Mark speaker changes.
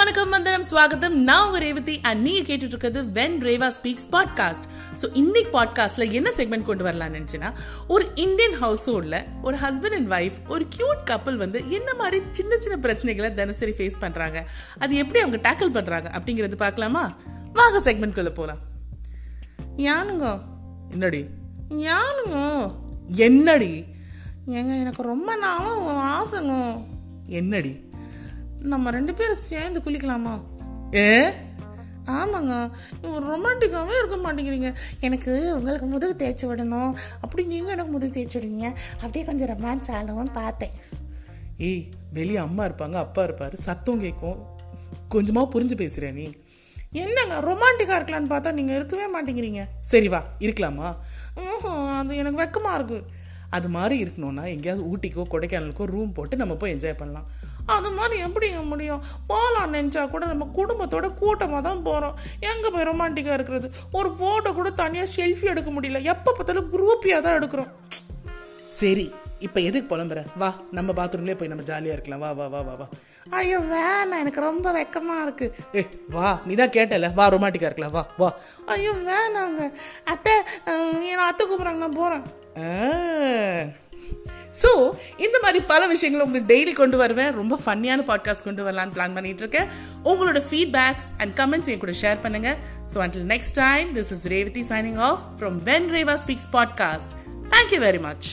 Speaker 1: வணக்கம் வந்தனம் ஸ்வாகத்தம் நான் ஒரு ரேவதி அண்ட் நீங்க கேட்டுட்டு இருக்கிறது when Reva speaks podcast so இன்னைக்கு பாட்காஸ்ட்ல என்ன செக்மெண்ட் கொண்டு வரலாம்னு நினைச்சுன்னா ஒரு இந்தியன் ஹவுஸ் ஒரு ஹஸ்பண்ட் அண்ட் ஒய்ஃப் ஒரு கியூட் கப்பல் வந்து என்ன மாதிரி சின்ன சின்ன பிரச்சனைகளை தினசரி ஃபேஸ் பண்றாங்க அது எப்படி அவங்க டேக்கிள் பண்றாங்க அப்படிங்கிறது பார்க்கலாமா வாங்க segment குள்ள போலாம் யானுங்க என்னடி யானுங்க என்னடி ஏங்க எனக்கு ரொம்ப நாளும் ஒரு ஆசைங்க என்னடி நம்ம ரெண்டு பேரும் சேர்ந்து குளிக்கலாமா ஏ ஆமாங்க ஒரு ரொமான்டிக்காகவே இருக்க மாட்டேங்கிறீங்க எனக்கு உங்களுக்கு முதுகு தேய்ச்சி விடணும் அப்படி நீங்கள் எனக்கு முதுகு தேய்ச்சி விடுங்க அப்படியே கொஞ்சம் ரொமான்ஸ் ஆகணும்னு பார்த்தேன் ஏய் வெளியே அம்மா இருப்பாங்க அப்பா இருப்பார் சத்தம் கேட்கும் கொஞ்சமாக புரிஞ்சு பேசுகிறேன் நீ என்னங்க ரொமான்டிக்காக இருக்கலான்னு பார்த்தா நீங்கள் இருக்கவே மாட்டேங்கிறீங்க சரி வா இருக்கலாமா ம்ஹும், அது எனக்கு வெக்கமாக இருக்குது அது மாதிரி இருக்கணும்னா எங்கேயாவது ஊட்டிக்கோ கொடைக்கானலுக்கோ ரூம் போட்டு நம்ம போய் என்ஜாய் பண்ணலாம் அது மாதிரி எப்படிங்க முடியும் போகலாம் நினச்சா கூட நம்ம குடும்பத்தோட கூட்டமாக தான் போகிறோம் எங்கே போய் ரொமான்டிக்காக இருக்கிறது ஒரு ஃபோட்டோ கூட தனியாக செல்ஃபி எடுக்க முடியல எப்போ பார்த்தாலும் குரூப்பியாக தான் எடுக்கிறோம் சரி இப்போ எதுக்கு புலம்புற வா நம்ம பாத்ரூம்லேயே போய் நம்ம ஜாலியாக இருக்கலாம் வா வா வா வா வா ஐயோ வேணாம் எனக்கு ரொம்ப வெக்கமாக இருக்குது ஏ வா நீ தான் கேட்டல வா ரொமாட்டிக்காக இருக்கலாம் வா வா ஐயோ வேணாங்க அத்தை அஹ், என்னை அத்தை கூப்பிட்றாங்க நான் போகிறேன் ஸோ இந்த மாதிரி பல விஷயங்களை உங்களுக்கு டெய்லி கொண்டு வருவேன் ரொம்ப ஃபன்னியான பாட்காஸ்ட் கொண்டு வரலான்னு பிளான் பண்ணிட்டு இருக்கேன் உங்களோட ஃபீட்பேக்ஸ் அண்ட் கமெண்ட்ஸ் என் கூட ஷேர் பண்ணுங்க so until next time this is Revathi signing off from when Reva speaks podcast thank you very much